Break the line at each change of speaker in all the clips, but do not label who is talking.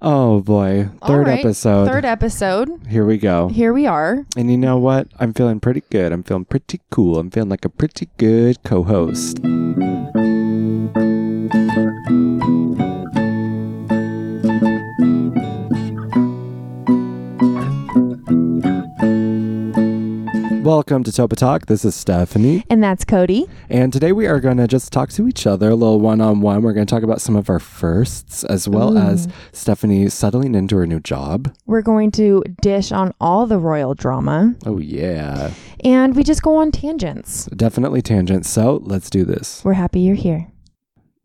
Oh boy.
All
Third
right,
episode.
Third episode.
Here we go.
Here we are.
And you know what? I'm feeling pretty good. I'm feeling pretty cool. I'm feeling like a pretty good co host. Welcome to Topa Talk. This is Stephanie.
And that's Cody.
And today we are going to just talk to each other a little one on one. We're going to talk about some of our firsts, as well as Stephanie settling into her new job.
We're going to dish on all the royal drama
Oh, yeah.
and we just go on tangents.
Definitely tangent. So let's do this.
We're happy you're here.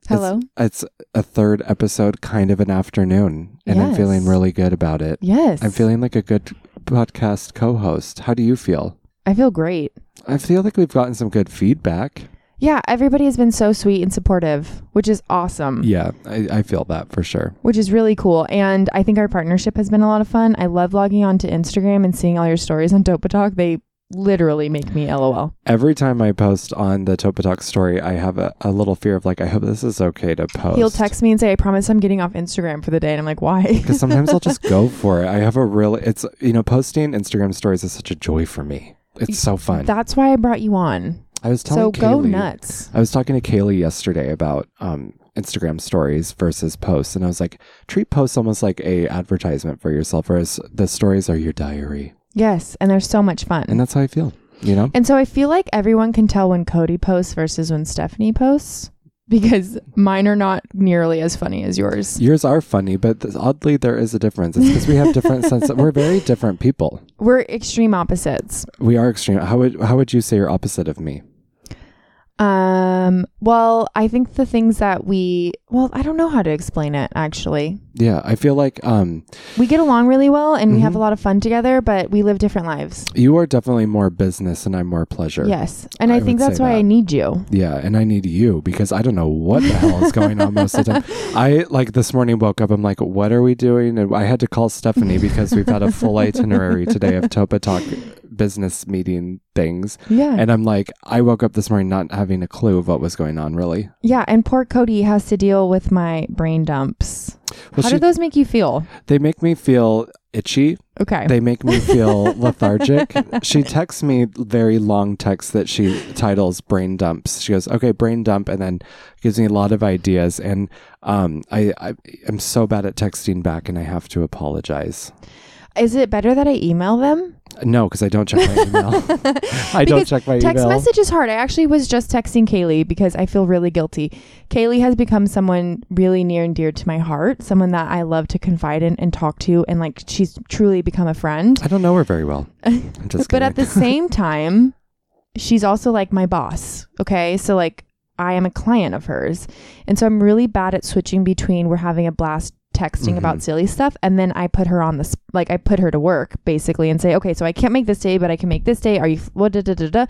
Hello.
It's a third episode, kind of an afternoon, and I'm feeling
Yes.
really good about it.
yes.
I'm feeling like a good podcast co host. How do you feel?
I feel great.
I feel like we've gotten some good feedback.
Yeah, everybody has been so sweet and supportive, which is awesome.
Yeah, I, I feel that for sure.
Which is really cool. And I think our partnership has been a lot of fun. I love logging onto Instagram and seeing all your stories on Dopa Talk. They literally make me LOL.
Every time I post on the Topa Talk story, I have a, a little fear of like, I hope this is okay to post.
He'll text me and say, I promise I'm getting off Instagram for the day. And I'm like, why?
Because sometimes I'll just go for it. I have a real, it's, you know, posting Instagram stories is such a joy for me. It's so fun.
That's why I brought you on.
I was telling
so go
Kaylee-
nuts.
I was talking to Kaylee yesterday about um, Instagram stories versus posts, and I was like, treat posts almost like a advertisement for yourself, whereas the stories are your diary,
Yes, and they're so much fun.
and that's how I feel. You know,
And so I feel like everyone can tell when Cody posts versus when Stephanie posts because mine are not nearly as funny as yours.
yours are funny, but th- oddly there is a difference. It's because we have different sense. We're very different people.
We're extreme opposites.
We are extreme. How would how would you say you're opposite of me?
Um, well, I think the things that we, well, I don't know how to explain it actually.
Yeah, I feel like um,
We get along really well and we have
Mhm.
a lot of fun together, but we live different lives.
you are definitely more business, and I'm more pleasure.
Yes. And I,
I
think
would say
that's why I
that.
need you.
Yeah, and I need you because I don't know what the hell is going on most of the time. I like this morning woke up, I'm like, what are we doing? And I had to call Stephanie because we've had a full itinerary today of Topa Talk business meeting things.
Yeah.
And I'm like, I woke up this morning not having a clue of what was going on, really.
yeah. And poor Cody has to deal with my brain dumps.
Well,
how
she,
do those make you feel?
they make me feel itchy.
Okay.
They make me feel lethargic. She texts me very long texts that she titles brain dumps. She goes, "Okay, brain dump," and then gives me a lot of ideas. And um, I, I am so bad at texting back, and I have to apologize.
Is it better that I email them?
No, because I don't check my email. I don't
Because
check my
Text
email.
message is hard. I actually was just texting Kaylee because I feel really guilty. Kaylee has become someone really near and dear to my heart, someone that I love to confide in and talk to, and like she's truly become a friend.
I don't know her very well. I'm just
But
kidding.
at the same time, she's also like my boss. Okay. So, like, I am a client of hers. And so I'm really bad at switching between we're having a blast texting about silly stuff. And then I put her on the, sp- like, I put her to work basically and say, okay, so I can't make this day, but I can make this day. Are you, f- what, da, da, da, da.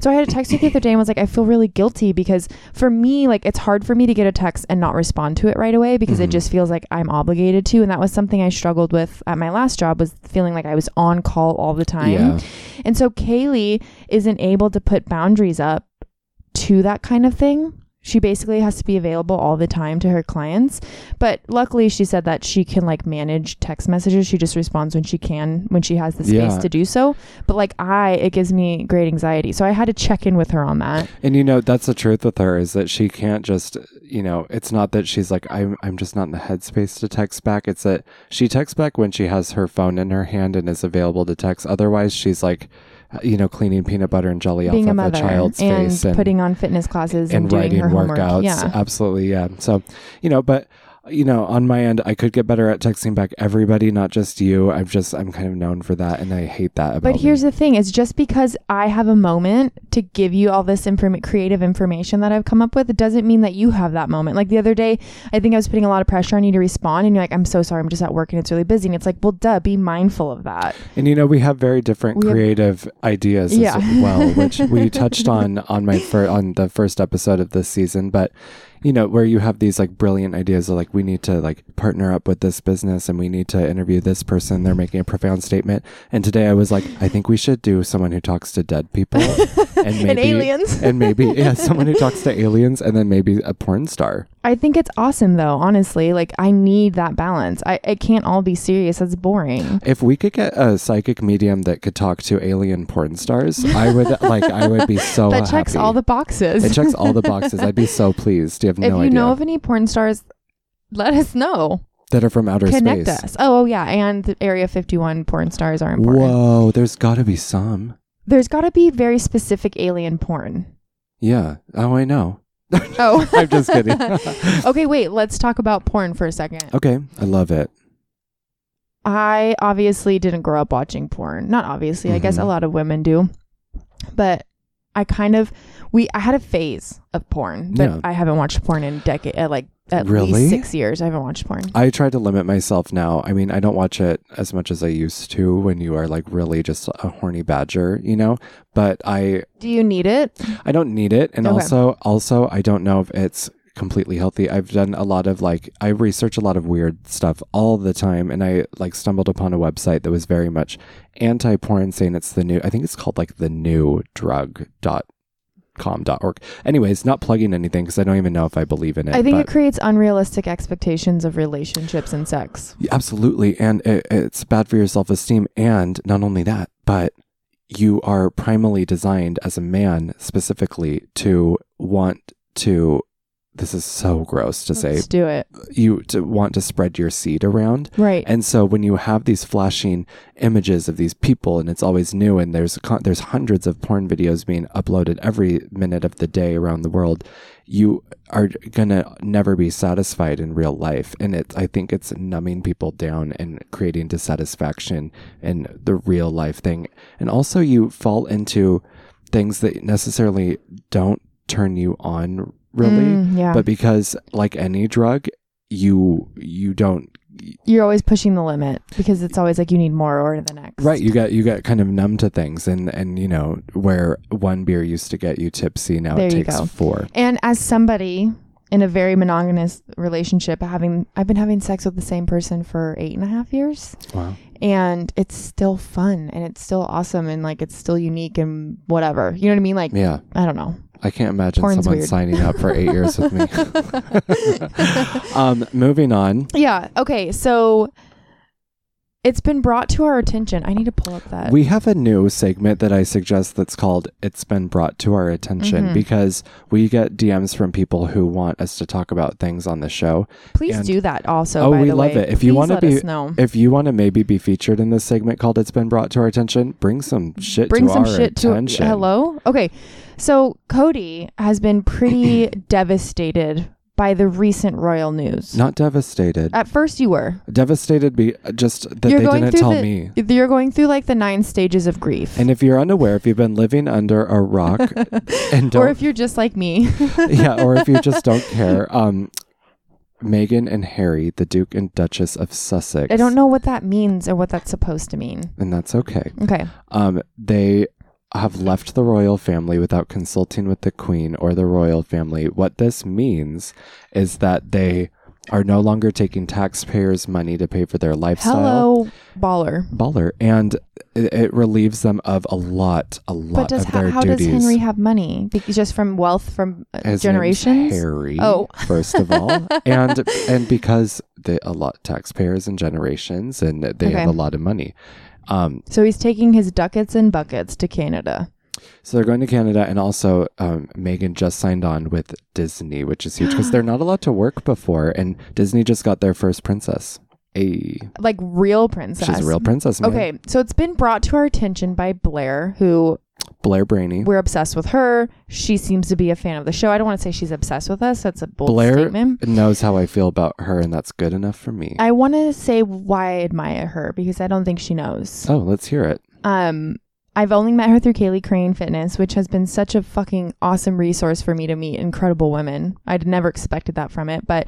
So I had a text you the other day and was like, I feel really guilty because for me, like, it's hard for me to get a text and not respond to it right away because it just feels like I'm obligated to. And that was something I struggled with at my last job was feeling like I was on call all the time.
yeah,
And so Kaylee isn't able to put boundaries up to that kind of thing. She basically has to be available all the time to her clients. But luckily, she said that she can like manage text messages. She just responds when she can, when she has the space
Yeah.
to do so. But like I, it gives me great anxiety. So I had to check in with her on that.
and you know that's the truth with her is that she can't just you know it's not that she's like I'm I'm just not in the headspace to text back. It's that she texts back when she has her phone in her hand and is available to text. Otherwise, she's like uh, you know cleaning peanut butter and jelly
Being
off
a
of
mother
a child's
and
face and
putting on fitness classes and,
and
doing
writing
her homework.
workouts.
Yeah.
Absolutely, yeah. So you know, but you know, on my end, I could get better at texting back everybody, not just you. I'm just I'm kind of known for that, and I hate that about.
But here's
me.
the thing: is just because I have a moment to give you all this inform- creative information that I've come up with, it doesn't mean that you have that moment. Like the other day, I think I was putting a lot of pressure on you to respond, and you're like, "I'm so sorry, I'm just at work and it's really busy." And it's like, well, duh, be mindful of that.
and you know we have very different
We have-
creative ideas as
Yeah.
well, which we touched on on my fir- on the first episode of this season, but. You know, where you have these like brilliant ideas of like, we need to like partner up with this business and we need to interview this person. They're making a profound statement. And today I was like, I think we should do someone who talks to dead people. and maybe
and aliens.
and maybe yeah, someone who talks to aliens, and then maybe a porn star.
I think it's awesome though, honestly. Like I need that balance. I it can't all be serious. That's boring.
If we could get a psychic medium that could talk to alien porn stars, I would like. I would be so.
that checks
happy.
all the boxes.
It checks all the boxes. I'd be so pleased. You have no
if you
idea
know of any porn stars, let us know.
that are from outer
Connect
space.
us. Oh, oh, yeah, and the Area 51 porn stars are important.
Whoa, there's got to be some.
There's got to be very specific alien porn.
Yeah. Oh, I know.
Oh,
I'm just kidding.
okay, wait. Let's talk about porn for a second.
okay, I love it.
I obviously didn't grow up watching porn. Not obviously, I guess
Mhm.
a lot of women do. But I kind of we I had a phase of porn, but
Yeah.
I haven't watched porn in decade uh, like at
Really?
least 6 years. I haven't watched porn.
I try to limit myself now. I mean, I don't watch it as much as I used to when you are like really just a horny badger, you know. But I
Do you need it?
I don't need it, and
Okay.
also also I don't know if it's completely healthy. I've done a lot of like I research a lot of weird stuff all the time, and I like stumbled upon a website that was very much anti porn, saying it's the new. I think it's called like the new drug dot com dot org. Anyways, not plugging anything because I don't even know if I believe in it.
I think
but-
it creates unrealistic expectations of relationships and sex.
Yeah, Absolutely. And it, it's bad for your self esteem. And not only that, but you are primarily designed as a man specifically to want to. This is so gross to say.
Let's do it.
You to want to spread your seed around.
Right.
And so when you have these flashing images of these people, and it's always new, and there's con- there's hundreds of porn videos being uploaded every minute of the day around the world, you are gonna never be satisfied in real life, and it's I think it's numbing people down and creating dissatisfaction in the real life thing, and also you fall into things that necessarily don't turn you on really.
Mm, yeah.
But because, like any drug, you you don't
You're always pushing the limit because it's always like you need more or the next.
Right, you got you got kind of numb to things, and and you know where one beer used to get you tipsy, now it
There you
takes
go.
four.
And as somebody in a very monogamous relationship, having I've been having sex with the same person for eight and a half years,
Wow,
and it's still fun and it's still awesome and like it's still unique and whatever. You know what I mean? Like
yeah,
I don't know.
I can't imagine
Porn's
someone
weird.
signing up for eight years with me. um, moving on,
Yeah. Okay. So it's been brought to our attention. I need to pull up that.
we have a new segment that I suggest that's called "It's Been Brought to Our Attention"
Mhm.
because we get DMs from people who want us to talk about things on the show.
Please
and-
do that. Also,
Oh,
by
we
the
love
way.
it. If you
Please
wanna
let
be-
us know.
If you want to maybe be featured in this segment called "It's Been Brought to Our Attention," bring some shit.
bring
to
some
our
shit
attention.
to hello okay so cody has been pretty devastated by the recent royal news
Not devastated.
at first you were
devastated be uh, just that
You're
they
going
didn't
through
tell
the-
me
you're going through like the nine stages of grief
and if you're unaware if you've been living under a rock and
or
don't
if you're just like me
yeah or if you just don't care um megan and harry the duke and duchess of sussex
i don't know what that means or what that's supposed to mean
and that's okay
okay
um they have left the royal family without consulting with the queen or the royal family what this means is that they are no longer taking taxpayers money to pay for their lifestyle
hello baller
baller and it, it relieves them of a lot a lot
but does
of
how,
their
how does
duties
henry have money Be- just from wealth from uh,
His name's
generations
Harry,
Oh.
first of all, and and because they a lot taxpayers and generations, and they
Okay.
have a lot of money, um,
so he's taking his ducats and buckets to canada
so they're going to Canada, and also um, Megan just signed on with Disney, which is huge because they're not allowed to work before, and Disney just got their first princess. Hey,
like real princess
she's a real princess. Man.
Okay, so it's been brought to our attention by Blair, who
Blair Brainy.
we're obsessed with her. She seems to be a fan of the show. I don't want to say she's obsessed with us. That's a bold
Blair
statement.
knows how I feel about her, and that's good enough for me.
I want to say why I admire her because I don't think she knows.
Oh, let's hear it.
Um, I've only met her through Kaylee Crane Fitness, which has been such a fucking awesome resource for me to meet incredible women. I'd never expected that from it, but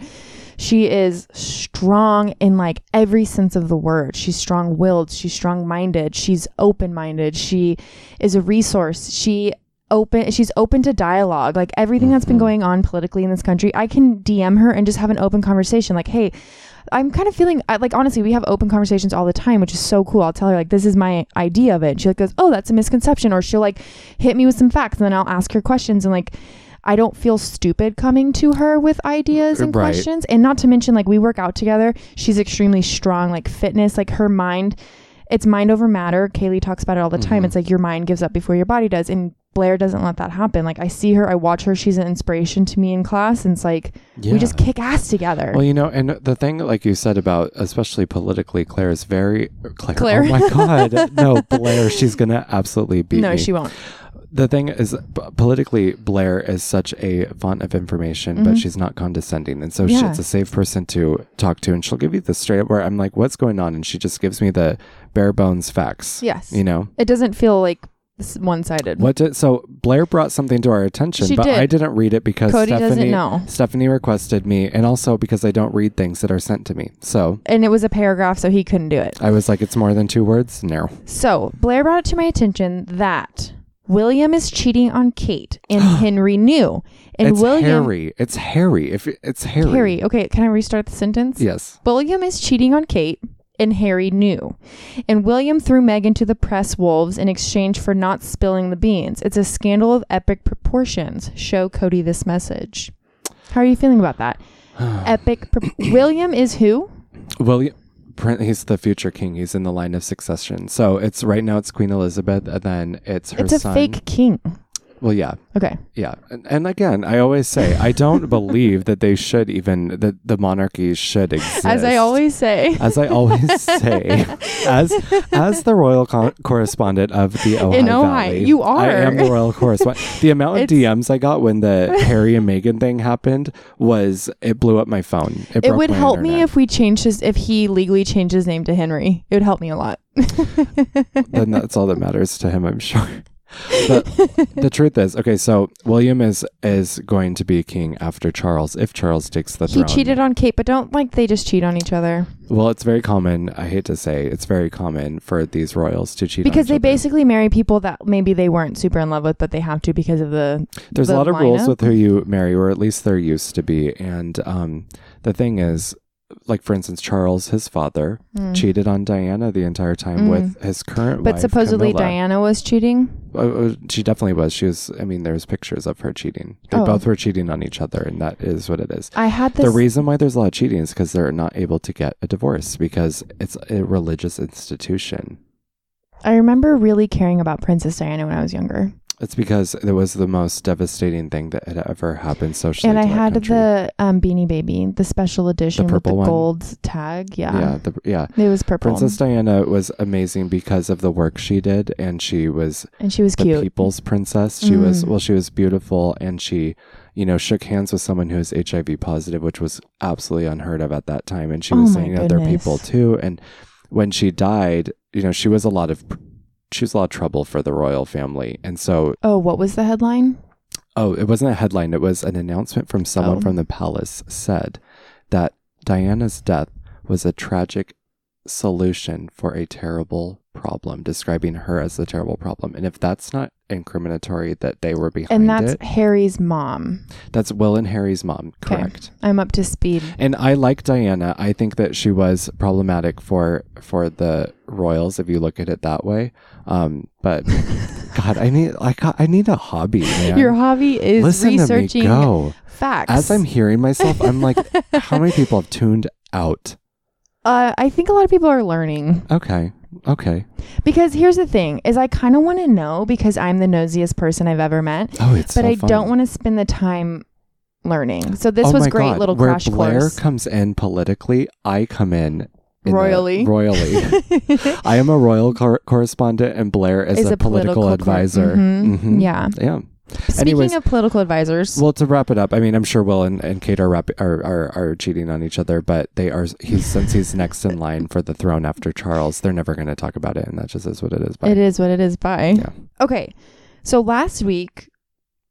she is strong in like every sense of the word. She's strong willed, she's strong minded, she's open minded, she is a resource. She open she's open to dialogue like everything that's been
Mhm.
going on politically in this country i can dm her and just have an open conversation like hey I'm kind of feeling I, like honestly, we have open conversations all the time, which is so cool. I'll tell her like this is my idea of it. And she like goes, "Oh, that's a misconception," or she'll like hit me with some facts, and then I'll ask her questions and like. I don't feel stupid coming to her with ideas and
Right.
questions. And not to mention, like, we work out together. She's extremely strong, like, fitness, like, her mind, it's mind over matter. Kaylee talks about it all the
Mm-hmm.
time. It's like your mind gives up before your body does. And Blair doesn't let that happen. Like, I see her, I watch her. She's an inspiration to me in class. And it's like, we just kick ass together.
Well, you know, and the thing, like you said about, especially politically, Claire is very Claire.
Claire.
Oh my God, no, Blair, she's gonna absolutely beat
no,
me.
she won't.
the thing is, b- politically, Blair is such a font of information, but she's not condescending, and so she's
Mm-hmm. Yeah.
a safe person to talk to, and she'll give you the straight up. Where I'm like, "What's going on?" and she just gives me the bare bones facts.
Yes.
you know.
It doesn't feel like one sided.
What did so Blair brought something to our attention,
She
but
did.
I didn't read it because
Cody
Uh, Stephanie
doesn't know.
Stephanie requested me, and also because I don't read things that are sent to me. So
And it was a paragraph, so he couldn't do it.
I was like, it's more than two words. No,
So Blair brought it to my attention that William is cheating on Kate, and Henry knew. And
it's
William
Harry. It's Harry. If it- it's Harry,
Harry. Okay, can I restart the sentence?
Yes.
William is cheating on Kate, and Harry knew. And William threw Meg into the press wolves in exchange for not spilling the beans. It's a scandal of epic proportions. Show Cody this message. How are you feeling about that? epic. Pro- William is who?
William. Prin- He's the future king. He's in the line of succession. So it's right now. It's Queen Elizabeth, and then it's her
It's a
son.
fake king.
Well, yeah,
Okay.
yeah. And, and again, I always say I don't believe that they should even that the monarchy should exist.
As I always say.
as I always say, as as the royal co- correspondent of the Ojai
Ojai,
Valley,
you
I
are.
am the royal correspondent. The amount of
It's-
DMs I got when the Harry and Meghan thing happened was it blew up my phone. It,
It
broke
would
my
help me
internet.
if we changed his if he legally changed his name to Henry. It would help me a lot.
Then that's all that matters to him, I'm sure. But the truth is, okay, so William is is going to be king after Charles if Charles takes the
He
throne.
cheated on Kate, but don't like they just cheat on each other
Well, it's very common. I hate to say, it's very common for these royals to cheat on
because
each
they
other.
basically marry people that maybe they weren't super in love with, but they have to because of the
There's a
the
lot of rules
lineup.
with who you marry, or at least there used to be. And um, the thing is, like for instance, Charles, his father, cheated on Diana the entire time with his current
Mm. But
wife.
supposedly
Camilla.
Diana was cheating.
Oh, oh, she definitely was. She was. I mean, there's pictures of her cheating. They
Oh.
both were cheating on each other, and that is what it is.
I had this.
The reason why there's a lot of cheating is because they're not able to get a divorce because it's a religious institution.
I remember really caring about Princess Diana when I was younger,
It's because it was the most devastating thing that had ever happened socially.
and I
to our
had
country.
the um, Beanie Baby, the special edition with
purple
the
one?
gold tag.
yeah,
Yeah,
the, yeah.
it was purple,
Princess Diana was amazing because of the work she did, and she was
and she was
the
cute.
people's princess. She was
Mm.
well, she was beautiful, and she, you know, shook hands with someone who was HIV positive, which was absolutely unheard of at that time, and she
Oh
was
my
seeing other
goodness.
people too. And when she died, you know, she was a lot of she was a lot of trouble for the royal family, and so
Oh, what was the headline?
Oh, it wasn't a headline. It was an announcement from someone
Oh.
from the palace said that Diana's death was a tragic solution for a terrible problem, describing her as the terrible problem. And if that's not incriminatory that they were behind
and that's
it,
Harry's mom.
that's Will and Harry's mom, correct?
I'm up to speed.
And I like Diana. I think that she was problematic for for the royals, if you look at it that way. Um, but God, I need I got, I need a hobby, man.
Your hobby is
Listen
researching
to me go.
facts.
As I'm hearing myself, I'm like, how many people have tuned out?
uh, I think a lot of people are learning
Okay. Okay.
because here's the thing: is I kind of want to know because I'm the nosiest person I've ever met,
Oh, it's
but
so
I
fun.
don't want to spend the time learning. So this
Oh
was
my
great
God.
little
Where
crash
Blair
course.
comes in politically, I come in, in a-
Royally.
royally. I am a royal cor- correspondent, and Blair is, a, political,
cor-
advisor.
Mhm.
Mhm.
Yeah.
Yeah.
Speaking
Anyways.
of political advisors,
Well, to wrap it up, I mean, I'm sure Will and, and Kate are, wrap, are, are are cheating on each other, but they are. He's since he's next in line for the throne after Charles, they're never going to talk about it, and that just is what it is. But
It is what it is. Bye.
Yeah.
Okay. So last week,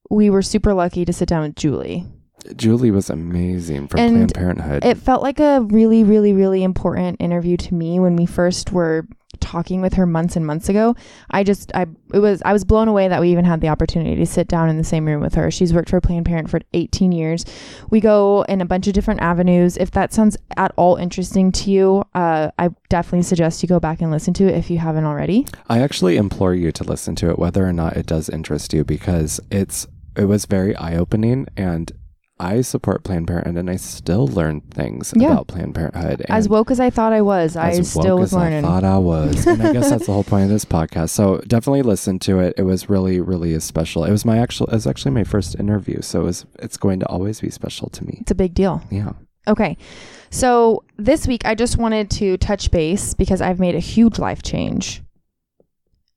we were super lucky to sit down with Julie.
Julie was amazing from
And
Planned Parenthood.
It felt like a really, really, really important interview to me when we first were talking with her months and months ago. I just I it was I was blown away that we even had the opportunity to sit down in the same room with her. She's worked for Planned Parenthood for 18 years. We go in a bunch of different avenues. If that sounds at all interesting to you, uh, I definitely suggest you go back and listen to it if you haven't already.
I actually implore you to listen to it, whether or not it does interest you, because it's it was very eye opening, and I support Planned Parenthood, and I still learned things
Yeah.
about Planned Parenthood. And
As woke as I thought I was, I
as
still
woke
was
as
learning.
I thought I was, and I guess that's the whole point of this podcast. So definitely listen to it. It was really, really special. It was my actual. It was actually my first interview, so it was, it's going to always be special to me.
It's a big deal.
Yeah.
Okay. So this week, I just wanted to touch base because I've made a huge life change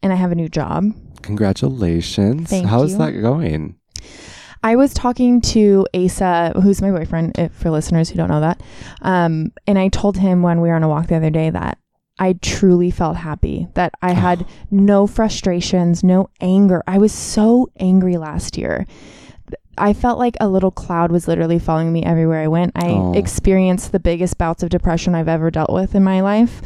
and I have a new job.
Congratulations.
Thank
How's
you.
that going?
I was talking to Asa, who's my boyfriend, if, for listeners who don't know that. Um, and I told him when we were on a walk the other day that I truly felt happy, that I had no frustrations, no anger. I was so angry last year. I felt like a little cloud was literally following me everywhere I went. I
Oh.
experienced the biggest bouts of depression I've ever dealt with in my life.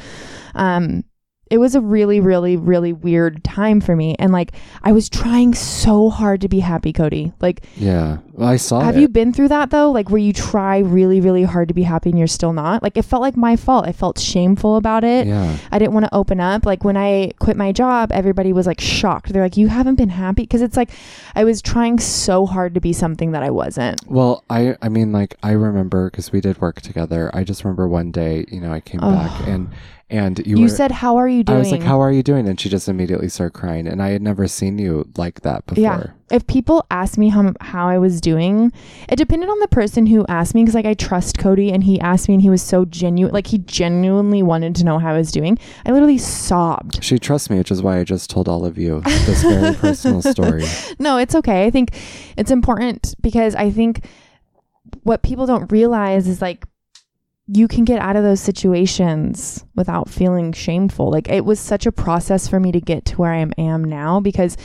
Um, it was a really, really, really weird time for me. And like, I was trying so hard to be happy, Cody. Like,
Yeah. Well, I saw
have
it.
you been through that though? Like where you try really, really hard to be happy and you're still not? Like it felt like my fault. I felt shameful about it.
yeah.
I didn't want to open up. Like when I quit my job, everybody was like shocked. They're like, "You haven't been happy?" Because it's like I was trying so hard to be something that I wasn't.
Well, I I mean like I remember cuz we did work together. I just remember one day, you know, I came back and and you,
You,
were
said, "How are you doing?"
I was like, "How are you doing?" and she just immediately started crying and I had never seen you like that before.
Yeah. If people asked me how how I was doing, it depended on the person who asked me because like I trust Cody and he asked me and he was so genuine, like he genuinely wanted to know how I was doing. I literally sobbed.
She trusts me, which is why I just told all of you this very personal story.
No, it's okay. I think it's important because I think what people don't realize is like you can get out of those situations without feeling shameful. Like it was such a process for me to get to where I am, am now because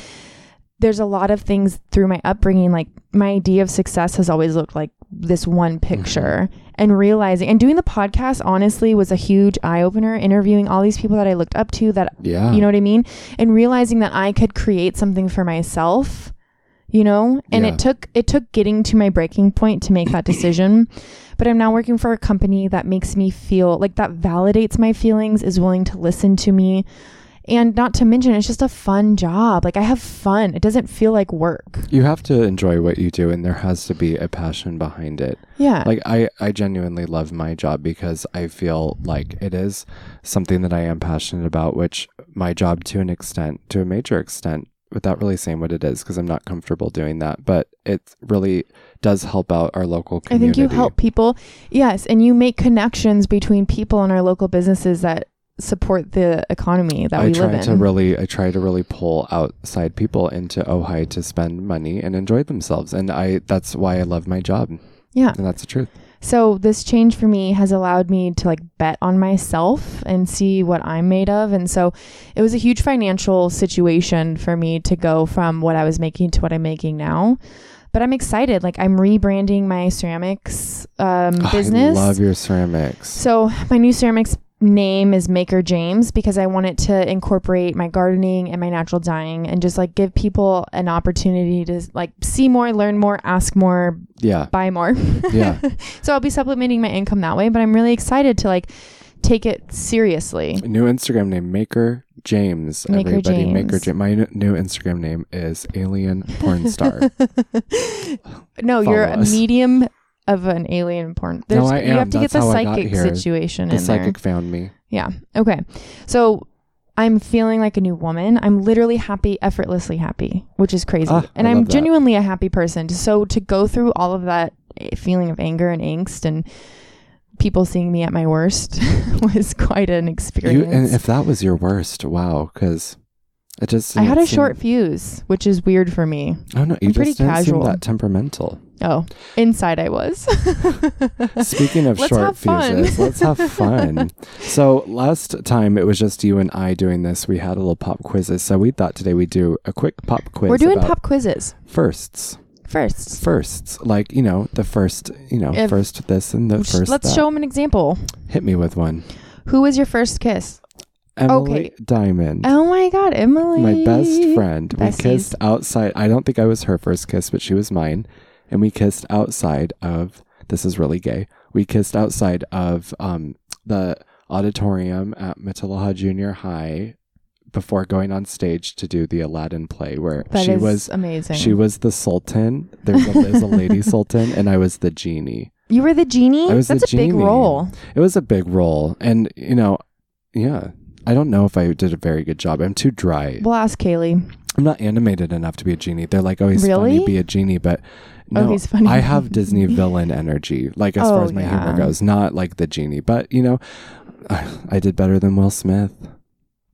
there's a lot of things through my upbringing like my idea of success has always looked like this one picture and realizing and doing the podcast honestly was a huge eye opener interviewing all these people that I looked up to that
Yeah.
you know what I mean? And realizing that I could create something for myself, you know? And
Yeah.
it took it took getting to my breaking point to make that decision. But I'm now working for a company that makes me feel like that validates my feelings, is willing to listen to me. And not to mention, it's just a fun job. Like I have fun. It doesn't feel like work.
you have to enjoy what you do and there has to be a passion behind it.
Yeah.
like I, I genuinely love my job because I feel like it is something that I am passionate about, which my job to an extent, to a major extent, without really saying what it is, because I'm not comfortable doing that, but it really does help out our local
I think
community.
you help people. Yes, and you make connections between people and our local businesses that support the economy that
I
we
try
live in.
to really, I try to really pull outside people into Ojai to spend money and enjoy themselves, and I that's why I love my job,
yeah.
and that's the truth.
So this change for me has allowed me to like bet on myself and see what I'm made of. And so it was a huge financial situation for me to go from what I was making to what I'm making now. But I'm excited. Like I'm rebranding my ceramics um,
Ah,
business.
I love your ceramics.
So my new ceramics name is Maker James because I want it to incorporate my gardening and my natural dyeing and just like give people an opportunity to like see more, learn more, ask more,
Yeah,
buy more.
yeah.
So I'll be supplementing my income that way, but I'm really excited to like take it seriously.
New Instagram name Maker James.
Maker
Everybody, Maker
James.
James. My n- new Instagram name is Alien Porn Star.
No, you're
Follow
a
us.
medium of an alien porn. There's,
I
You
am.
have to
That's
get the
how I got
psychic
here.
situation
the
in there.
psychic found me.
Yeah. Okay. So I'm feeling like a new woman. I'm literally happy, effortlessly happy, which is crazy.
Ah,
and
I
I'm
love that.
genuinely a happy person. So to go through all of that eh, feeling of anger and angst and people seeing me at my worst was quite an
You,
experience.
and if that was your worst, wow, because it just.
I had
didn't
a
seem-
short fuse, which is weird for me.
Oh no, you
I'm
just
pretty
didn't
casual.
seem that temperamental.
Oh, inside I was.
Speaking of
Let's
short
have fun.
fuses, let's have fun. so last time it was just you and I doing this. We had a little pop quizzes, so we thought today we'd do a quick pop quiz.
We're doing
about
pop quizzes
firsts,
first.
firsts, like you know the first, you know,
If-
first this and the
Sh-
first.
Let's
that.
show them an example.
Hit me with one.
Who was your first kiss?
Emily
Okay.
Diamond.
Oh my God, Emily.
my best friend.
Besties.
We kissed outside. I don't think I was her first kiss, but she was mine. And we kissed outside of this is really gay. We kissed outside of um, the auditorium at Matilaha Junior High before going on stage to do the Aladdin play where
That
she
is
was
amazing.
she was the sultan. There's a, there's a lady sultan and I was the genie.
you were the genie?
I was the
That's a big
genie.
role.
It was a big role and you know, yeah. I don't know if I did a very good job. I'm too dry.
We'll ask Kaylee.
I'm not animated enough to be a genie. They're like, oh, he's
Really?
funny, be a genie, but
Oh,
no,
he's funny.
I have Disney villain energy, like as
Oh,
far as my
yeah.
humor goes, not like the genie. But you know, I did better than Will Smith.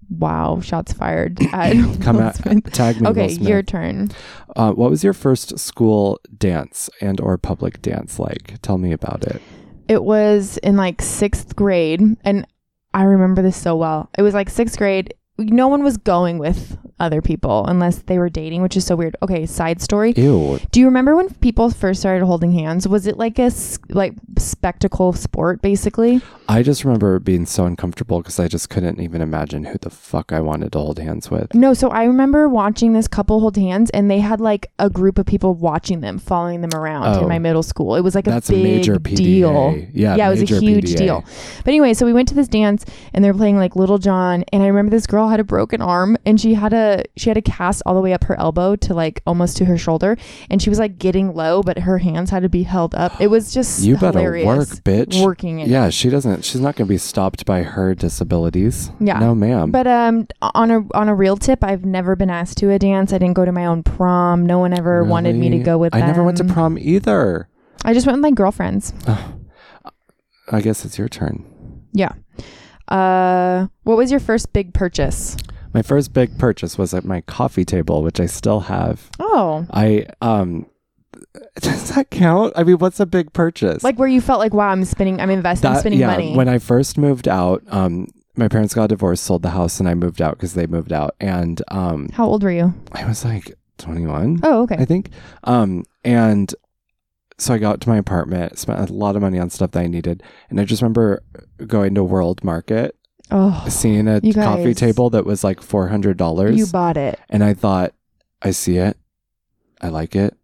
Wow, shots fired. at
Come
Will
at,
Smith.
tag me.
Okay,
Will Smith.
your turn.
Uh, what was your first school dance and or public dance like? Tell me about it.
It was in like sixth grade, and I remember this so well. It was like sixth grade. No one was going with other people unless they were dating, which is so weird. Okay, side story.
Ew.
Do you remember when people first started holding hands? Was it like a s- like spectacle sport, basically?
I just remember being so uncomfortable because I just couldn't even imagine who the fuck I wanted to hold hands with.
No, so I remember watching this couple hold hands, and they had like a group of people watching them, following them around in
Oh.
my middle school. It was like
That's
a
a
big
major PDA.
deal.
Yeah,
it was a
major
huge
PDA.
deal. But anyway, so we went to this dance, and they were playing like Little John, and I remember this girl had a broken arm, and she had a she had a cast all the way up her elbow to like almost to her shoulder, and she was like getting low, but her hands had to be held up. It was just
You better
hilarious
work, bitch.
Working it.
Yeah, she doesn't. She's not going to be stopped by her disabilities.
Yeah.
No, ma'am.
But um, on a on a real tip, I've never been asked to a dance. I didn't go to my own prom. No one ever wanted me to
Really?
go with
I never went to
them.
prom either.
I just went with my girlfriends.
I guess it's your turn.
Yeah. Uh, what was your first big purchase?
My first big purchase was at my coffee table, which I still have.
Oh,
I um, does that count? I mean, what's a big purchase?
like where you felt like, wow, I'm spending, I'm investing, I'm
That-
spending
yeah,
money.
When I first moved out, um, my parents got divorced, sold the house, and I moved out because they moved out, and um,
How old were you?
I was like twenty one.
Oh, okay.
I think. Um, and so I got to my apartment, spent a lot of money on stuff that I needed, and I just remember going to World Market,
oh,
seeing a
You guys.
coffee table that was like four hundred
you
dollars,
bought it.
and I thought, I see it, I like it,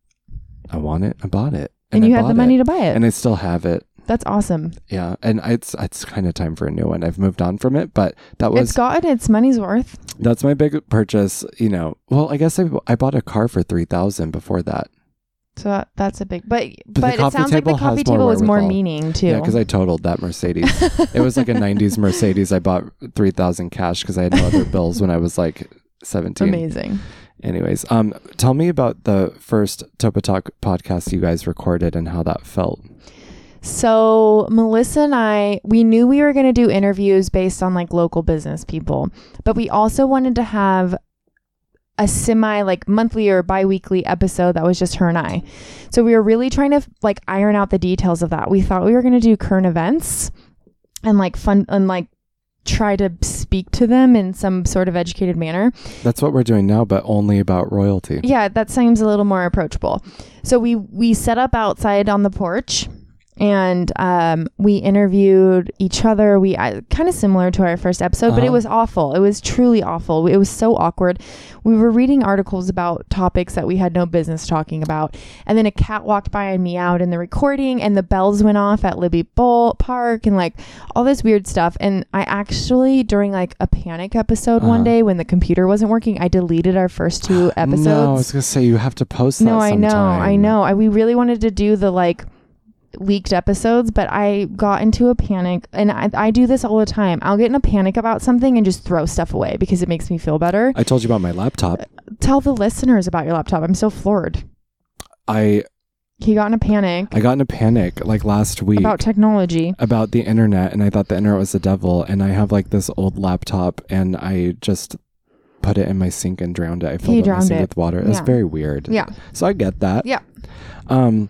I want it, I bought it,
And, you
I
had the
bought
money
it.
to buy it.
and I still have it.
That's awesome.
Yeah, and it's it's kind of time for a new one. I've moved on from it, but that was
it's gotten its money's worth.
that's my big purchase. You know, well, I guess I, I bought a car for three thousand before that.
So that, that's a big, but,
the
but, it
coffee
sounds like the
table has
coffee
more
table was more
wherewithal.
meaning too.
Yeah, because I totaled that Mercedes. it was like a '90s Mercedes. I bought three thousand cash because I had no other bills when I was like seventeen.
Amazing.
Anyways, um, tell me about the first Topa Talk podcast you guys recorded and how that felt.
So Melissa and I, we knew we were going to do interviews based on like local business people, but we also wanted to have a semi like monthly or bi-weekly episode that was just her and I. So we were really trying to like iron out the details of that. We thought we were going to do current events and like fun and like try to speak to them in some sort of educated manner.
That's what we're doing now, but only about royalty.
Yeah, that seems a little more approachable. So we we set up outside on the porch, and um, we interviewed each other. We uh, kind of similar to our first episode, but it
Uh-huh.
was awful. It was truly awful. It was so awkward. We were reading articles about topics that we had no business talking about, and then a cat walked by and meowed in the recording, and the bells went off at Libby Bowl Park, and like all this weird stuff. And I actually during like a panic episode one
Uh-huh.
day when the computer wasn't working, I deleted our first two episodes.
No, I was gonna say you have to post that.
No, I know, I
sometime.
know. I, we really wanted to do the like leaked episodes, but I got into a panic, and I, I do this all the time. I'll get in a panic about something and just throw stuff away because it makes me feel better.
I told you about my laptop.
Tell the listeners about your laptop. I'm so floored.
I
He got in a panic
I got in a panic like last week.
about technology.
about the internet and I thought the internet was the devil and I have like this old laptop and I just put it in my sink and drowned it. I filled up my
drowned
sink
it.
with water. It was
Yeah.
very weird.
Yeah,
So I get that.
Yeah.
Um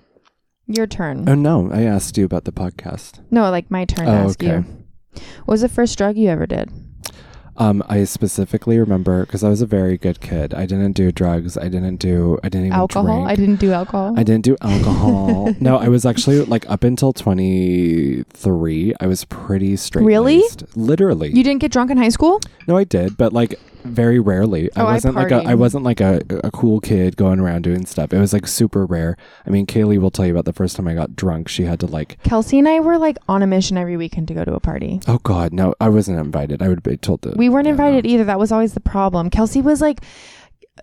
your turn.
oh no, I asked you about the podcast.
no, like my turn to
Oh,
ask
okay.
you. What was the first drug you ever did?
Um, I specifically remember because I was a very good kid. I didn't do drugs. I didn't do. I didn't even
alcohol. I
Drink.
didn't do alcohol.
I didn't do alcohol. no, I was actually like up until twenty three. I was pretty straight. Literally.
You didn't get drunk in high school?
no, I did, but like very rarely.
Oh, I
I wasn't like a. I
partied.
wasn't like a, a cool kid going around doing stuff. It was like super rare. I mean, Kaylee will tell you about the first time I got drunk. She had to like
Kelsey and I were like on a mission every weekend to go to a party.
Oh God, no! I wasn't invited. I would be told to.
We weren't
Yeah,
invited e- either. That was always the problem. Kelsey was like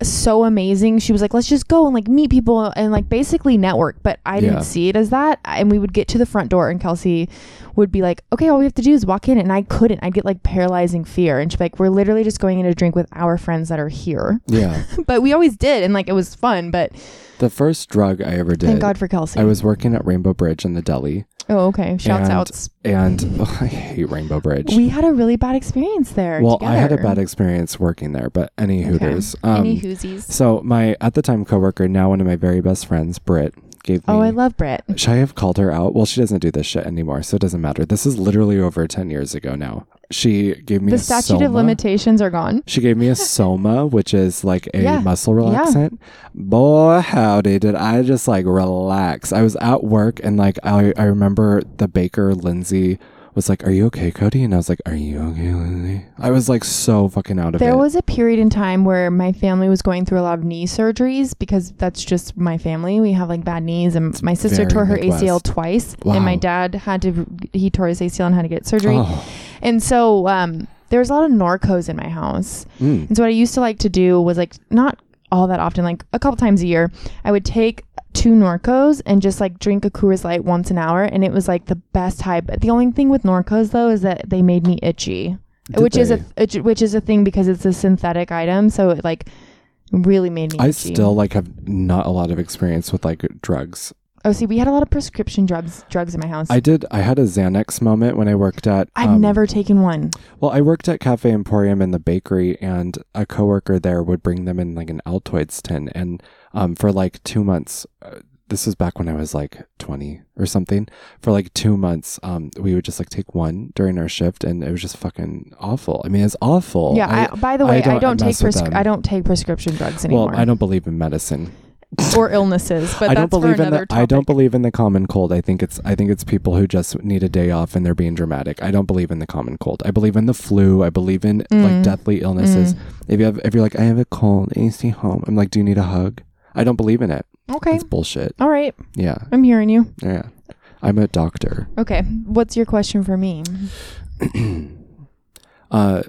so amazing. She was like, let's just go and like meet people and like basically network. But I didn't
Yeah.
see it as that. And we would get to the front door and Kelsey would be like, okay, all we have to do is walk in. And I couldn't. I'd get like paralyzing fear. And she'd be like, we're literally just going in to drink with our friends that are here.
Yeah,
but we always did. And like it was fun. But
the first drug I ever did.
thank God for Kelsey.
I was working at Rainbow Bridge in the deli,
oh, okay. Shouts
And-
outs.
and ugh, I hate Rainbow Bridge.
We had a really bad experience there.
well, I had a
together.
bad experience working there, but any hooters. Um,
Any whoosies.
so my at the time coworker, now one of my very best friends, Britt, gave me.
Oh, I love Britt.
Should I have called her out? Well, she doesn't do this shit anymore, so it doesn't matter. This is literally over ten years ago now. She gave me
The
a
statute of
Soma.
limitations are gone.
She gave me a soma, which is like a
Yeah.
muscle
Yeah.
relaxant. Boy, howdy, did I just like relax. I was at work and like I, I remember the baker, Lindsay, was like, Are you okay, Cody? And I was like, Are you okay, Lindsay? I was like so fucking out of
There
it.
was a period in time where my family was going through a lot of knee surgeries because that's just my family. We have like bad knees, and my sister
very
tore her
Midwest.
ACL twice,
Wow.
and my dad had to he tore his ACL and had to get surgery.
oh,
And so um, there was a lot of Norcos in my house.
mm,
And so what I used to like to do was like not all that often, like a couple times a year, I would take two Norcos and just like drink a Coors Light once an hour, and it was like the best high. But the only thing with Norcos though is that they made me itchy,
Did
which is a
they?
itch- which is a thing because it's a synthetic item, so it like really made me.
I
itchy.
still like have not a lot of experience with like drugs.
Oh, see, we had a lot of prescription drugs drugs in my house.
I
I,
did I had a Xanax moment when I worked at
have
um,
never taken one.
Well, I worked at Cafe Emporium in the bakery, and a coworker there would bring them in like an Altoids tin, and um, for like two months. Uh, this was back when I was like 20 or something. For like two months, um, we would just like take one during our shift, and it was just fucking awful. I mean, it's awful.
yeah. I, by the
I
way, I don't,
don't
take
mess with
prescri-
them.
I don't take prescription drugs anymore
well, I don't believe in medicine.
or illnesses. But
I
that's
don't believe
for
in
another
the. I
topic.
don't believe in the common cold. I think it's. I think it's people who just need a day off and they're being dramatic. I don't believe in the common cold. I believe in the flu. I believe in like
Mm.
deathly illnesses. If you have, if you're like, I have a cold, and you stay home. I'm like, do you need a hug? I don't believe in it.
Mm. Okay.
It's bullshit.
All right.
Yeah,
I'm hearing you.
yeah. I'm a doctor.
Okay. What's your question for me?
Uh,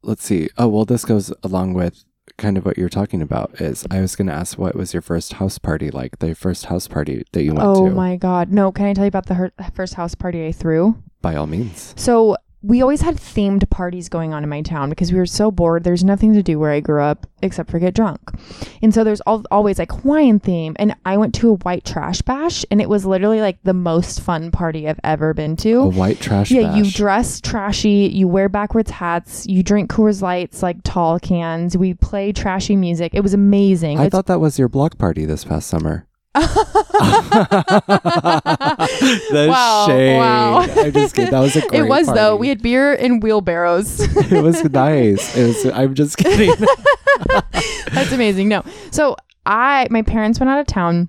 let's see. Oh well, this goes along with kind of what you're talking about. Is I was going to ask what was your first house party like? The first house party that you went
Oh
to?
my God. No, can I tell you about the her- first house party I threw?
By all means.
So we always had themed parties going on in my town because we were so bored. There's nothing to do where I grew up except for get drunk. And so there's al- always like Hawaiian theme. And I went to a white trash bash and it was literally like the most fun party I've ever been to.
A white Oh, trash.
Yeah, you
bash.
dress trashy, you wear backwards hats, you drink Coors Lights like tall cans, we play trashy music. It was amazing.
I
It's
thought that was your block party this past summer. the
Wow,
shade.
wow.
I just kidding. That was a great
It was
party.
though. We had beer in wheelbarrows.
it was nice. It was, I'm just kidding.
That's amazing. No. So I my parents went out of town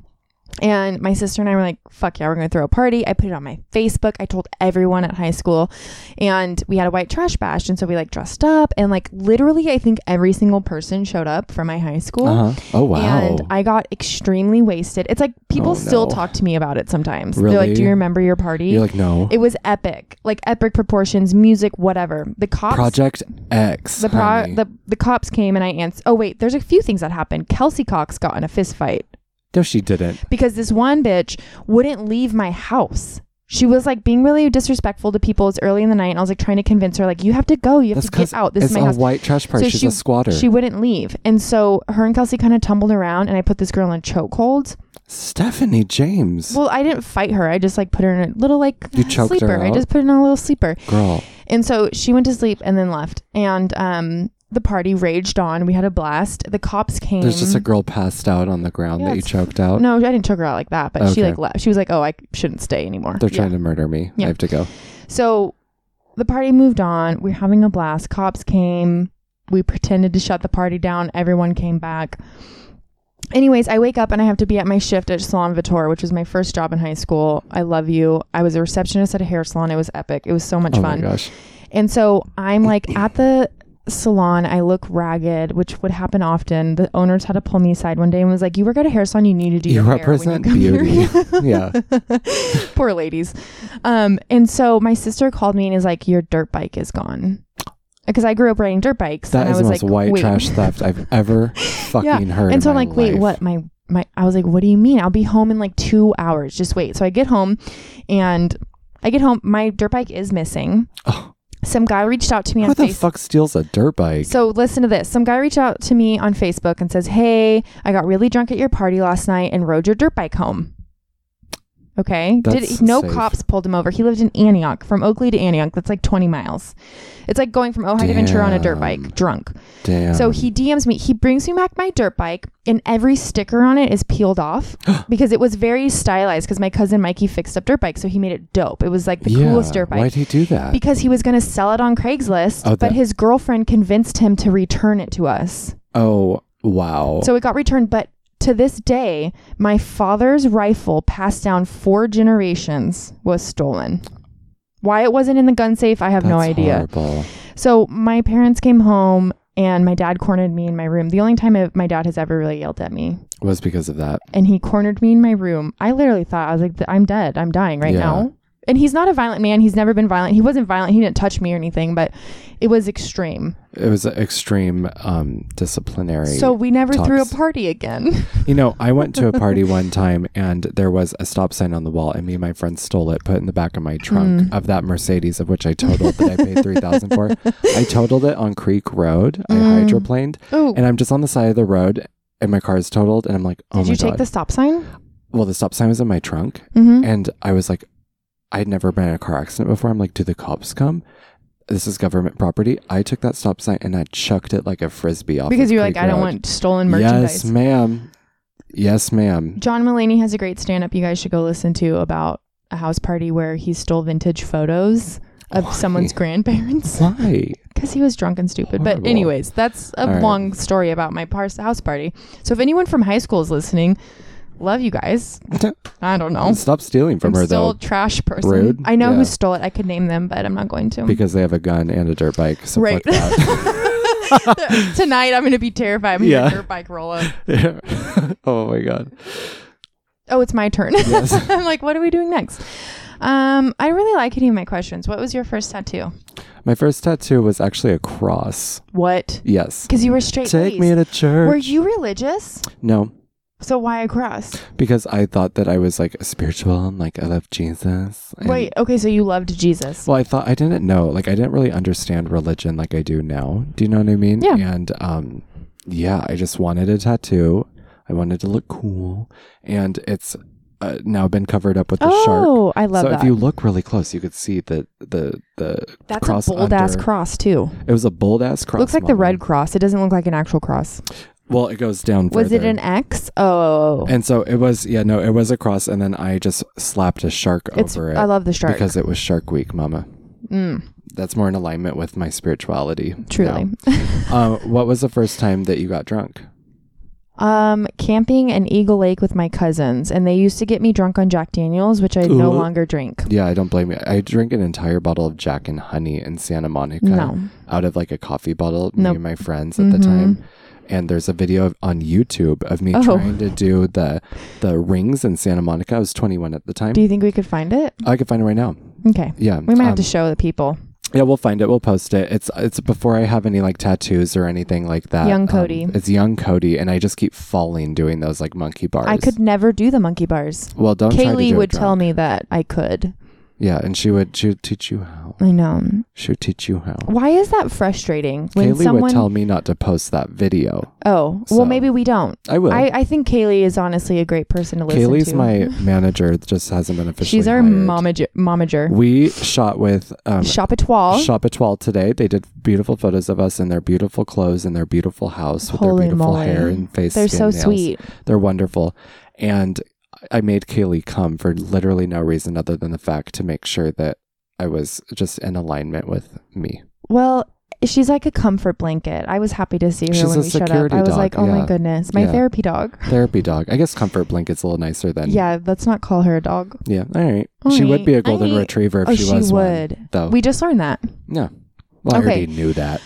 and my sister and I were like, fuck yeah, we're gonna throw a party. I put it on my Facebook. I told everyone at high school and we had a white trash bash. And so we like dressed up and like literally I think every single person showed up from my high school.
Uh-huh. Oh wow.
And I got extremely wasted. It's like people
Oh,
still
no.
talk to me about it sometimes. They're
Really?
like, Do you remember your party?
You're like no.
it was epic. Like epic proportions, music, whatever. The cops
Project X.
the, pro-
honey.
the the cops came and I answered. Oh wait, there's a few things that happened. Kelsey Cox got in a fist fight
no, she didn't.
because this one bitch wouldn't leave my house. She was like being really disrespectful to people. It's early in the night, and I was like trying to convince her, like, you have to go, you have
That's
to get
because
out. This
it's
is my
a
house.
white trash party.
So
She's
she-
a squatter.
She wouldn't leave, and so her and Kelsey kind of tumbled around, and I put this girl in a chokehold.
Stephanie James.
Well, I didn't fight her. I just like put her in a little like
You choked her
sleeper. I
out?
just put her in a little sleeper.
Girl.
And so she went to sleep and then left. And um, the party raged on. We had a blast. The cops came.
There's just a girl passed out on the ground
Yeah,
that you
it's-
choked out.
No, I didn't choke her out like that, but she
Oh. Okay.
like left. She was like, "Oh, I shouldn't stay anymore."
They're
Yeah.
trying to murder me.
Yeah.
I have to go.
So the party moved on. We are having a blast. Cops came. We pretended to shut the party down. Everyone came back. Anyways, I wake up and I have to be at my shift at Salon Vitor, which was my first job in high school. I love you. I was a receptionist at a hair salon. It was epic. It was so much
oh
fun.
my gosh.
And so I'm like at the salon, I look ragged, which would happen often. The owners had to pull me aside one day and was like, You work at a hair salon, you need to do
You
your hair when
represent
you come here."
beauty. yeah.
Poor ladies. Um, and so my sister called me and is like, Your dirt bike is gone. Because I grew up riding dirt bikes.
That
and
is
I
the
was
most
like,
white
wait.
trash theft I've ever fucking heard.
And so
in
I'm
my
like, wait,
life.
what? My my I was like, what do you mean? I'll be home in like two hours. Just wait. So I get home and I get home. My dirt bike is missing.
Oh.
Some guy reached out to me
Who
on
the
Facebook.
fuck steals a dirt bike?
So listen to this. Some guy reached out to me on Facebook and says, "Hey, I got really drunk at your party last night and rode your dirt bike home." Okay.
That's
Did no
safe.
cops pulled him over. He lived in Antioch, from Oakley to Antioch. That's like 20 miles. It's like going from Ojai to Ventura on a dirt
Damn.
bike, drunk.
Damn.
So he DMs me. He brings me back my dirt bike, and every sticker on it is peeled off because it was very stylized. Because my cousin Mikey fixed up dirt bikes, so he made it dope. It was like the
yeah.
coolest dirt bike
Why'd he do that?
because he was going to sell it on Craigslist,
Oh, that-
but his girlfriend convinced him to return it to us.
oh wow.
So it got returned, but to this day, my father's rifle, passed down four generations, was stolen. Why it wasn't in the gun safe, I have
That's
no idea.
Horrible.
So my parents came home and my dad cornered me in my room. The only time I- my dad has ever really yelled at me.
Was because of that.
And he cornered me in my room. I literally thought, I was like, I'm dead. I'm dying right
Yeah.
now. And he's not a violent man. He's never been violent. He wasn't violent. He didn't touch me or anything, but it was extreme.
It was an extreme um, disciplinary.
So we never threw a
talks.
party again.
You know, I went to a party one time and there was a stop sign on the wall, and me and my friend stole it, put it in the back of my trunk
Hmm.
of that Mercedes, of which I totaled that I paid three thousand for. I totaled it on Creek Road.
Hmm.
I hydroplaned,
oh,
and I'm just on the side of the road, and my car is totaled, and I'm like, oh
did
my
you take
god.
the stop sign?
well, the stop sign was in my trunk,
Mm-hmm.
and I was like, I'd never been in a car accident before. I'm like, do the cops come? This is government property. I took that stop sign and I chucked it like a frisbee off.
Because
of
you're
Creek
like, I don't
Road.
want stolen
Yes,
merchandise.
ma'am. Yes, ma'am.
John Mulaney has a great stand up you guys should go listen to about a house party where he stole vintage photos of
Why?
someone's grandparents.
Why?
because he was drunk and stupid.
Horrible.
But anyways, that's a
All right.
long story about my par- house party. So if anyone from high school is listening, love you guys. I don't know.
Stop stealing from
I'm
her
still
though,
a trash person.
Rude.
I know
Yeah.
who stole it. I could name them, but I'm not going to.
because they have a gun and a dirt bike. So
right.
fuck
Tonight I'm going to be terrified. I'm going to
Yeah.
dirt bike roll up.
that. oh my god.
Oh, it's my turn.
Yes.
I'm like, what are we doing next? Um, I really like hitting my questions. What was your first tattoo?
My first tattoo was actually a cross.
What?
Yes.
Because you were straight.
Take me to church.
Were you religious?
no,
So why a cross?
because I thought that I was like spiritual and like I love Jesus. and-
Wait, okay, so you loved Jesus.
Well, I thought I didn't know. Like I didn't really understand religion like I do now. Do you know what I mean?
Yeah.
And um yeah, I just wanted a tattoo. I wanted to look cool and it's uh, now been covered up with the shark.
oh, I love
so
that.
if you look really close, you could see the the the
That's
cross
a bold ass
under-
cross too.
It was a bold ass cross.
Looks like the
model.
red cross. It doesn't look like an actual cross.
Well, it goes down.
Was it
further.
an X? Oh,
And so it was. Yeah, no, it was a cross, and then I just slapped a shark
it's.
over it
I love the shark.
because it was Shark Week, Mama.
mm,
That's more in alignment with my spirituality. now.
truly.
um, what was the first time that you got drunk?
um, camping in Eagle Lake with my cousins, and they used to get me drunk on Jack Daniels, which I no
Ooh.
longer drink.
Yeah, I don't blame you. I drank an entire bottle of Jack and Honey in Santa Monica
No,
out of like a coffee bottle, me
Nope.
and my friends at the
Mhm.
time. And there's a video of, on YouTube of me
Oh.
trying to do the the rings in Santa Monica. I was 21 at the time.
do you think we could find it?
I could find it right now.
Okay,
Yeah,
we might have
um,
to show the people.
Yeah, we'll find it. We'll post it. It's it's before I have any like tattoos or anything like that.
Young
Um,
Cody.
it's young Cody, and I just keep falling doing those like monkey bars.
I could never do the monkey bars.
Well, don't. try to
Kaylee
do it
would tell
drunk.
me that I could.
Yeah, and she would. She would teach you how.
I know.
She would teach you how.
Why is that frustrating when
Kaylee
someone?
would tell me not to post that video.
oh,
so.
well, maybe we don't.
I will.
I, I think Kaylee is honestly a great person to listen
Kaylee's
to.
my manager. that Just hasn't been officially.
She's our
hired.
momager. momager.
We shot with um,
Shop at Wall.
Shop at Twal today. They did beautiful photos of us in their beautiful clothes and their beautiful house with
Holy
their beautiful
moly.
hair and face.
They're
skin,
so
nails.
sweet.
They're wonderful. And I made Kaylee come for literally no reason other than the fact to make sure that I was just in alignment with me.
Well, she's like a comfort blanket. I was happy to see her
She's
when
a
we showed up.
security
I was
dog,
like, oh
yeah.
my goodness, my
Yeah.
therapy dog.
Therapy dog. I guess comfort blanket's a little nicer than
Yeah, let's not call her a dog.
Yeah. All right. she would be a
Alright.
golden
Alright.
retriever if
oh,
she was
would.
one. Though.
We just learned that.
yeah. Well, I
Okay.
already knew that.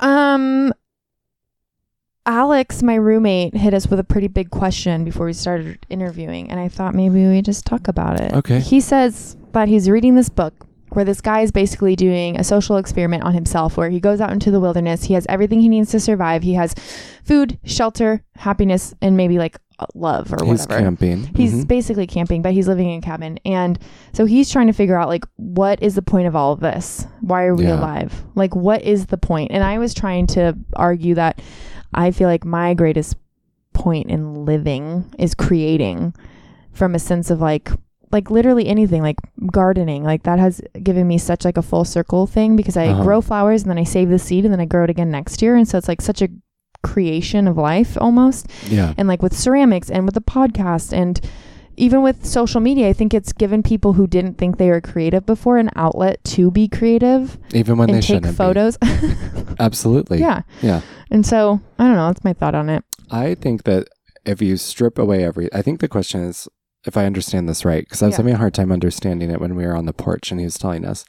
Um, Alex, my roommate, hit us with a pretty big question before we started interviewing, and I thought maybe we just talk about it.
Okay.
He says that he's reading this book where this guy is basically doing a social experiment on himself where he goes out into the wilderness. He has everything he needs to survive. He has food, shelter, happiness, and maybe like uh, love or
He's
whatever.
camping.
He's
Mhm.
basically camping, but he's living in a cabin. And so he's trying to figure out like what is the point of all of this? Why are we
Yeah.
alive? Like what is the point? And I was trying to argue that I feel like my greatest point in living is creating from a sense of like like literally anything like gardening like that has given me such like a full circle thing because i
Uh-huh.
grow flowers and then i save the seed and then i grow it again next year and so it's like such a creation of life almost
Yeah.
and like with ceramics and with the podcast and even with social media, I think it's given people who didn't think they were creative before an outlet to be creative
Even when they
and take
shouldn't
photos.
be. Absolutely.
yeah.
Yeah.
And so I don't know. That's my thought on it.
I think that if you strip away every, I think the question is, if I understand this right, because I was
Yeah.
having a hard time understanding it when we were on the porch and he was telling us,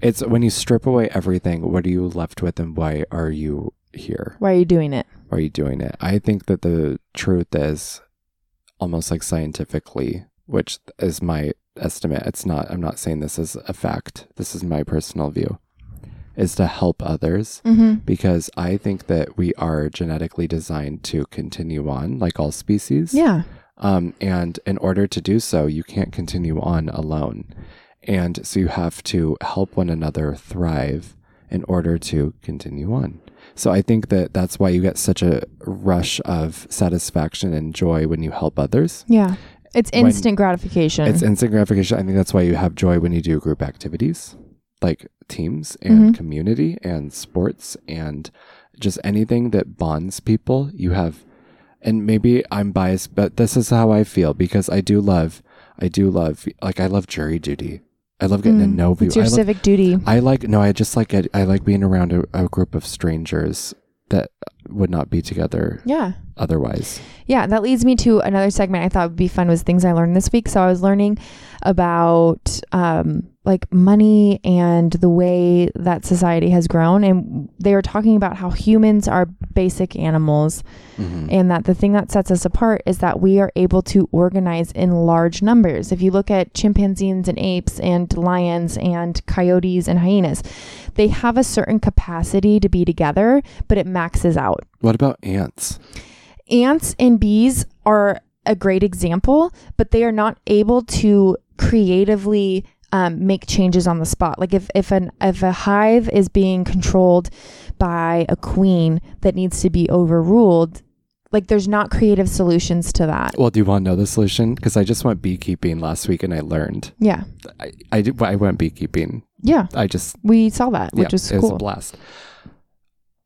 it's when you strip away everything, what are you left with and why are you here?
Why are you doing it?
Why are you doing it? I think that the truth is almost like scientifically, which is my estimate. It's not, I'm not saying this is a fact, this is my personal view, is to help others
Mm-hmm.
because I think that we are genetically designed to continue on, like all species.
Yeah.
Um, and in order to do so, you can't continue on alone. And so you have to help one another thrive in order to continue on. So I think that that's why you get such a rush of satisfaction and joy when you help others.
Yeah. It's
When-
instant gratification.
It's instant gratification. I think that's why you have joy when you do group activities like teams and
Mhm.
community and sports and just anything that bonds people. You have, and maybe I'm biased, but this is how I feel because I do love, I do love, like, I love jury duty. I love getting to
Mm.
know
it's
people.
your
I, love,
civic duty.
I like, no, I just like it. I like being around a, a group of strangers that would not be together
Yeah.
otherwise.
Yeah, that leads me to another segment I thought would be fun was things I learned this week. So I was learning about um, like money and the way that society has grown, and they were talking about how humans are basic animals,
Mhm.
and that the thing that sets us apart is that we are able to organize in large numbers. If you look at chimpanzees and apes and lions and coyotes and hyenas, they have a certain capacity to be together, but it maxes out
What about ants?
ants and bees are a great example, but they are not able to creatively um, make changes on the spot. Like if if an if a hive is being controlled by a queen that needs to be overruled, like there's not creative solutions to that.
Well, do you want to know the solution? Because I just went beekeeping last week and I learned.
Yeah,
I, I, did, I went beekeeping.
yeah,
I just,
we saw that,
yeah,
which was
it was a
cool.
blast.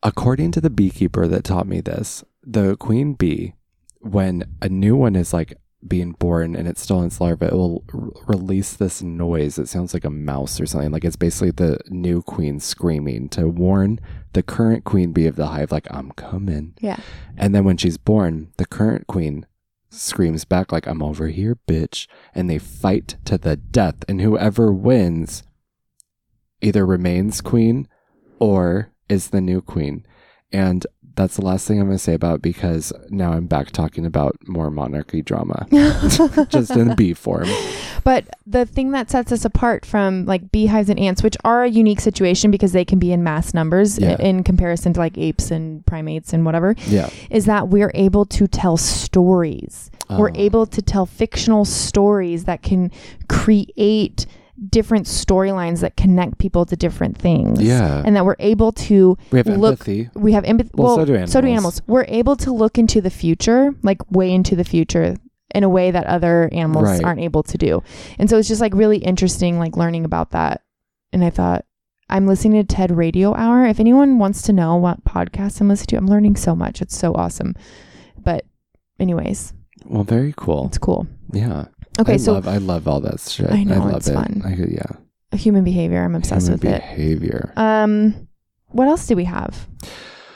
According to the beekeeper that taught me this, the queen bee, when a new one is like being born and it's still in its larva, it will r- release this noise. It sounds like a mouse or something. Like it's basically the new queen screaming to warn the current queen bee of the hive, like, I'm coming.
yeah,
And then when she's born, the current queen screams back like I'm over here, bitch, and they fight to the death and whoever wins either remains queen or is the new queen. And that's the last thing I'm going to say about it because now I'm back talking about more monarchy drama just in bee form.
But the thing that sets us apart from like beehives and ants, which are a unique situation because they can be in mass numbers
Yeah.
i- in comparison to like apes and primates and whatever,
Yeah.
is that we're able to tell stories. We're
Oh.
able to tell fictional stories that can create different storylines that connect people to different things.
Yeah.
And that we're able to
We have
look-
empathy.
we have empathy.
Well,
Well,
so do
So
animals.
do animals. We're able to look into the future, like way into the future, in a way that other animals
Right.
aren't able to do. And so it's just like really interesting, like learning about that. And I thought, I'm listening to TED Radio Hour. If anyone wants to know what podcast I'm listening to, I'm learning so much. It's so awesome. But, anyways,
Well, very cool.
it's cool.
Yeah.
Okay,
I
so
love I love all that shit.
I know,
love
it's
it.
fun.
I, yeah.
Human behavior. I'm obsessed
Human
with it.
behavior.
Um, what else do we have?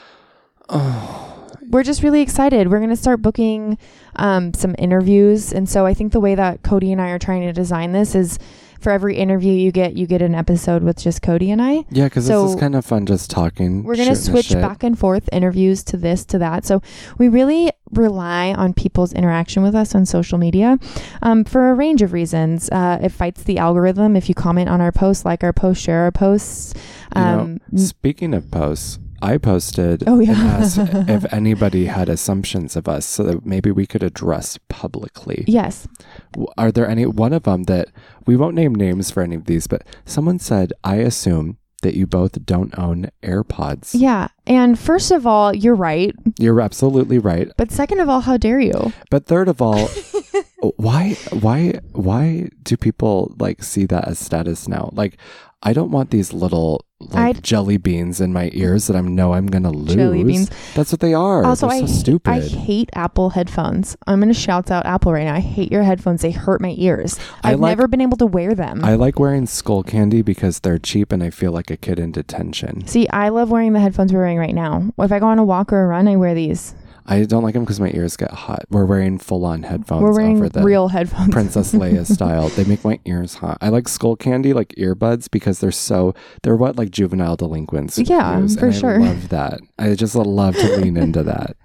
oh,
We're just really excited. We're going to start booking um, some interviews, and so I think the way that Cody and I are trying to design this is for every interview you get, you get an episode with just Cody and I.
yeah, because this
So-
is kind of fun just talking.
We're going to
shooting the
switch
shit.
back and forth interviews to this, to that. So we really rely on people's interaction with us on social media um, for a range of reasons. Uh, it fights the algorithm. If you comment on our posts, like our posts, share our posts.
You know,
Um,
Speaking of posts, I posted
Oh, yeah.
and asked if anybody had assumptions of us so that maybe we could address publicly.
yes.
W- Are there any one of them that we won't name names for any of these, but someone said, I assume that you both don't own AirPods.
Yeah. And first of all, you're right.
You're absolutely right.
But second of all, how dare you?
But third of all, why why why do people like see that as status now? Like I don't want these little like
I'd-
jelly beans in my ears that I know I'm gonna lose.
Jelly beans.
That's what they are.
Also,
They're so
I-
stupid.
I hate Apple headphones. I'm going to shout out Apple right now. I hate your headphones. They hurt my ears.
I
I've
like-
never been able to wear them.
I like wearing skull candy because they're cheap and I feel like a kid in detention.
See, I love wearing the headphones we're wearing right now. If I go on a walk or a run, I wear these.
I don't like them because my ears get hot. We're wearing full on headphones
We're wearing
over the
real headphones.
Princess Leia style. They make my ears hot. I like skull candy, like earbuds, because they're so they're what like juvenile delinquents.
Yeah,
use,
for
and
sure.
I love that. I just love to lean into that.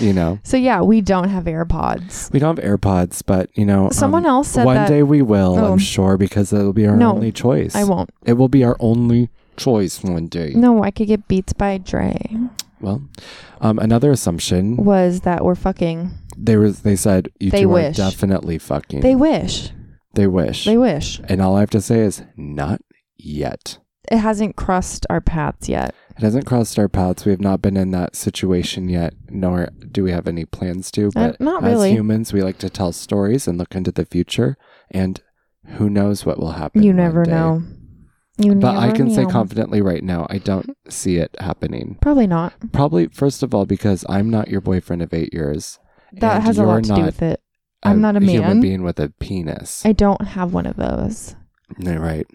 You know,
So yeah, we don't have AirPods.
we don't have AirPods, but you know, um,
Someone else said
one
that.
day we will.
Oh.
I'm sure because it'll be our
No,
only choice.
I won't.
It will be our only choice one day.
No, I could get beats by Dre.
Well, um, another assumption
Was that we're fucking?
they was they said you
They
two
wish.
are definitely fucking.
They wish.
They wish.
They wish.
and all I have to say is not yet.
It hasn't crossed our paths yet.
It hasn't crossed our paths. We have not been in that situation yet, nor do we have any plans to.
Uh,
But
not
as
really.
humans, we like to tell stories and look into the future, and who knows what will happen.
you
one
never
day.
know. You
But
never
I can say
know.
confidently right now, I don't see it happening.
Probably not.
Probably, first of all, because I'm not your boyfriend of eight years.
That
and
has a
you're
lot to do
not
with it. I'm not a man.
human being with a penis.
I don't have one of those,
No, right.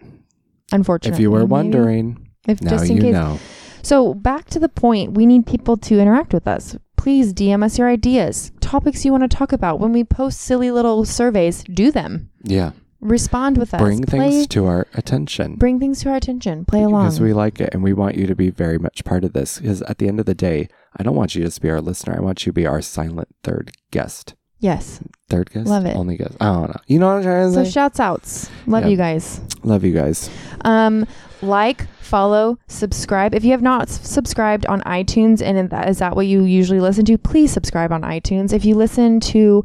unfortunately.
If you were
Maybe-
wondering,
if
now
just in
you
case,
know.
So back to the point, we need people to interact with us. Please DM us your ideas, topics you want to talk about. When we post silly little surveys, do them.
Yeah.
Respond with us.
Bring
Play,
things to our attention.
bring things to our attention. Play along.
Because we like it and we want you to be very much part of this. Because at the end of the day, I don't want you to just be our listener. I want you to be our silent third guest.
yes.
Third guest?
Love it.
Only guest. I don't know. You know what I'm trying to
So
say?
shouts outs. Love
Yeah.
you guys.
Love you guys.
Um, like, follow, subscribe. If you have not s- subscribed on iTunes, and if that is that what you usually listen to, please subscribe on iTunes. If you listen to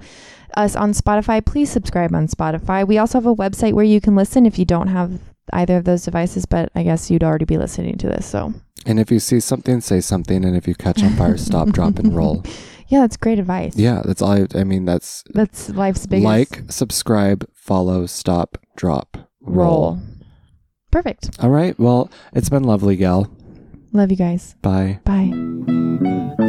us on Spotify, please subscribe on Spotify. We also have a website where you can listen if you don't have either of those devices, but I guess you'd already be listening to this. So,
And if you see something, say something. And if you catch on fire, stop, drop, and roll.
yeah, that's great advice.
Yeah, that's all I, I mean, that's
That's life's biggest
like, subscribe, follow, stop, drop, roll.
roll. Perfect.
All right. Well, it's been lovely, gal.
Love you guys.
Bye.
Bye.